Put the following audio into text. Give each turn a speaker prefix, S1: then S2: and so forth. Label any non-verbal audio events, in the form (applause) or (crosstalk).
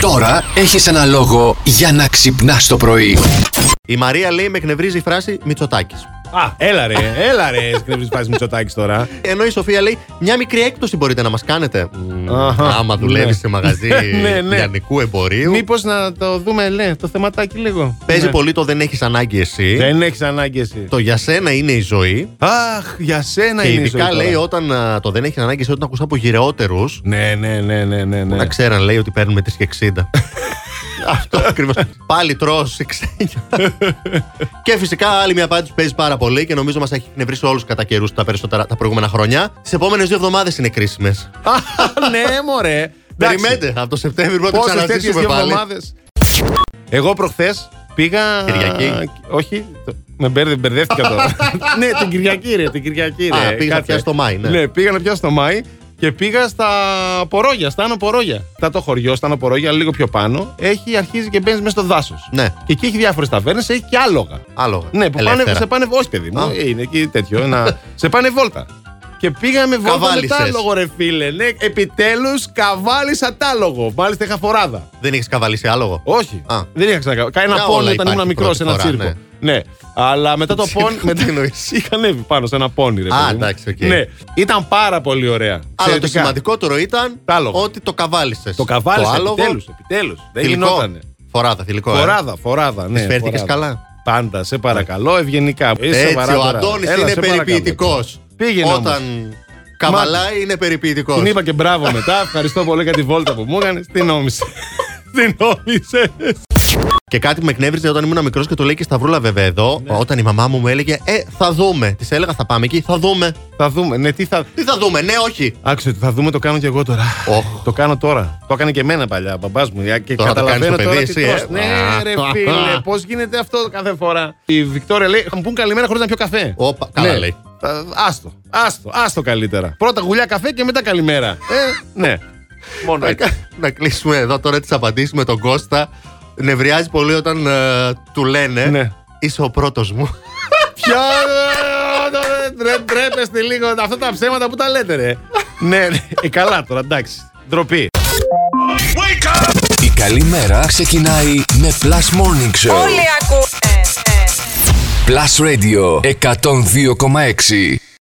S1: Τώρα έχεις ένα λόγο για να ξυπνάς το πρωί.
S2: Η Μαρία λέει με εκνευρίζει η φράση Μητσοτάκης.
S3: Α, έλα ρε, έλα ρε, (laughs) σκρεβείς πάση Μητσοτάκης τώρα.
S2: Ενώ η Σοφία λέει μια μικρή έκπτωση μπορείτε να μας κάνετε.
S3: Αχα.
S2: Άμα δουλεύει
S3: Ναι.
S2: σε μαγαζί
S3: (laughs) Ναι, ναι.
S2: λιανικού εμπορίου.
S3: Μήπως να το δούμε, ναι, το θεματάκι λίγο.
S2: Παίζει
S3: Ναι.
S2: πολύ το δεν έχεις ανάγκη εσύ.
S3: Δεν έχεις ανάγκη εσύ.
S2: Το για σένα είναι η ζωή.
S3: Αχ, για σένα
S2: και
S3: Ναι, είναι η ζωή
S2: ειδικά
S3: τώρα.
S2: λέει όταν α, το δεν έχεις ανάγκη εσύ όταν ακούς από γυρεότερους.
S3: Ναι, ναι, ναι, ναι, ναι. ναι.
S2: Να ξέραν λέει ότι παίρνουμε τις και 60. Αυτό ακριβώς. Πάλι τρώω σε
S3: (laughs)
S2: ξένια. και φυσικά άλλη μια απάντηση που παίζει πάρα πολύ και νομίζω μας έχει εκνευρίσει όλους κατά καιρούς τα περισσότερα τα προηγούμενα χρόνια. Τις επόμενες δύο εβδομάδες είναι κρίσιμες.
S3: (laughs) Α, ναι, μωρέ.
S2: Περιμένετε από το Σεπτέμβριο πρώτα
S3: Πόσε τέτοιε
S2: ξαναζήσουμε πάλι.
S3: εβδομάδες. Εγώ προχθές πήγα.
S2: Κυριακή.
S3: Όχι. το- Με μπέρδε, μπερδεύτηκα τώρα. (laughs) ναι, την Κυριακή, ρε. Την Κυριακή, ρε.
S2: Α, πήγες να
S3: Κάτσε.
S2: πιάσεις το Μάη, ναι.
S3: πήγα να πιάσω το Μάη και πήγα στα Πορόγια, στα Άνω Πορόγια. Στα το χωριό, στα Άνω Πορόγια, λίγο πιο πάνω. Έχει αρχίζει και μπαίνει μέσα στο δάσος.
S2: Ναι.
S3: Και εκεί έχει διάφορες ταβέρνες, έχει και άλογα.
S2: Άλλο.
S3: Ναι, που πάνε,
S2: Ελεύθερα.
S3: σε πάνε. Όχι, παιδί μου. ε,
S2: Α.
S3: Είναι εκεί τέτοιο. Ένα, σε πάνε βόλτα. Και πήγαμε βόλτα
S2: Καβάλισες.
S3: με τάλογο, ρε φίλε. Ναι, επιτέλους καβάλισα τάλογο. Μάλιστα είχα φοράδα.
S2: Δεν έχει καβαλήσει άλογο.
S3: Όχι.
S2: Α.
S3: Δεν είχα ξανακάνει. Κάνα
S2: Για όλα
S3: πόνι όταν
S2: υπάρχει
S3: ήμουν μικρό σε ένα
S2: πρώτη
S3: τσίρκο.
S2: φορά,
S3: Ναι. Αλλά μετά το πόνι.
S2: Τσίρκο, (laughs)
S3: μετά
S2: τι εννοείς?
S3: (laughs) είχα ανέβει πάνω σε ένα πόνι, ρε
S2: Α,
S3: παιδί μου.
S2: εντάξει, οκ.
S3: Ναι. Ήταν πάρα πολύ ωραία.
S2: Αλλά το
S3: Εξαιρετικά.
S2: σημαντικότερο ήταν
S3: Τ' άλογο.
S2: ότι το καβάλισες.
S3: Το καβάλισα.
S2: άλογο.
S3: Επιτέλους. Επιτέλους. Δεν
S2: θηλυκό.
S3: γινότανε.
S2: Φοράδα, θηλυκό. ε.
S3: Φοράδα, φοράδα. Ναι,
S2: Τις φέρθηκες
S3: φοράδα.
S2: καλά?
S3: Πάντα, σε παρακαλώ, ευγενικά. Είσαι
S2: Έτσι,
S3: σοβαρά
S2: ο
S3: τώρα.
S2: Αντώνης
S3: Έλα,
S2: είναι
S3: σε παρακαλώ.
S2: περιποιητικός.
S3: Πήγαινε
S2: Όταν καβαλάει είναι περιποιητικός.
S3: Την είπα και μπράβο μετά. Ευχαριστώ πολύ για τη βόλτα που μου έκανες. Τι
S2: (laughs)
S3: νόμισε. Τι νόμισε.
S2: Και κάτι που με εκνεύριζε όταν ήμουν μικρός και το λέει και η Σταυρούλα, βέβαια εδώ,
S3: Ναι.
S2: όταν η μαμά μου μου έλεγε Ε, θα δούμε. Της έλεγα, θα πάμε εκεί, θα δούμε.
S3: Θα δούμε. Ναι, τι θα.
S2: Τι θα δούμε, ναι, όχι.
S3: Άκουσε, θα δούμε, το κάνω και εγώ τώρα.
S2: Οχ.
S3: Το κάνω τώρα. Το έκανε και εμένα παλιά, ο μπαμπάς μου. Και
S2: Τώρα το κάνεις
S3: καταλαβαίνω
S2: το
S3: τώρα
S2: παιδί,
S3: τι
S2: εσύ, ε.
S3: τρως. Ναι,
S2: Α.
S3: ρε φίλε, πώς γίνεται αυτό κάθε φορά. Η Βικτόρια λέει: Θα μου πούν καλημέρα χωρίς να πιω καφέ.
S2: Όπα, καλά
S3: Ναι.
S2: λέει.
S3: Τα- Άστο, άστο, άστο καλύτερα. Πρώτα γουλιά καφέ και μετά καλημέρα. Ε, ναι. Μόνο
S2: Να,
S3: έτσι.
S2: κα- να κλείσουμε εδώ τώρα τις απαντήσεις με τον Κώστα. Νευριάζει πολύ όταν ε, του λένε
S3: Ναι.
S2: Είσαι ο πρώτος μου.
S3: Ποια. Ρε, Τρέπεστε λίγο. Αυτά τα ψέματα που τα λέτε, ρε. Ναι, ναι. Ε, καλά τώρα, εντάξει. Ντροπή.
S1: Η καλή μέρα ξεκινάει με Plus Morning Show.
S4: Όλοι ακούνε.
S1: Plus Radio 102,6.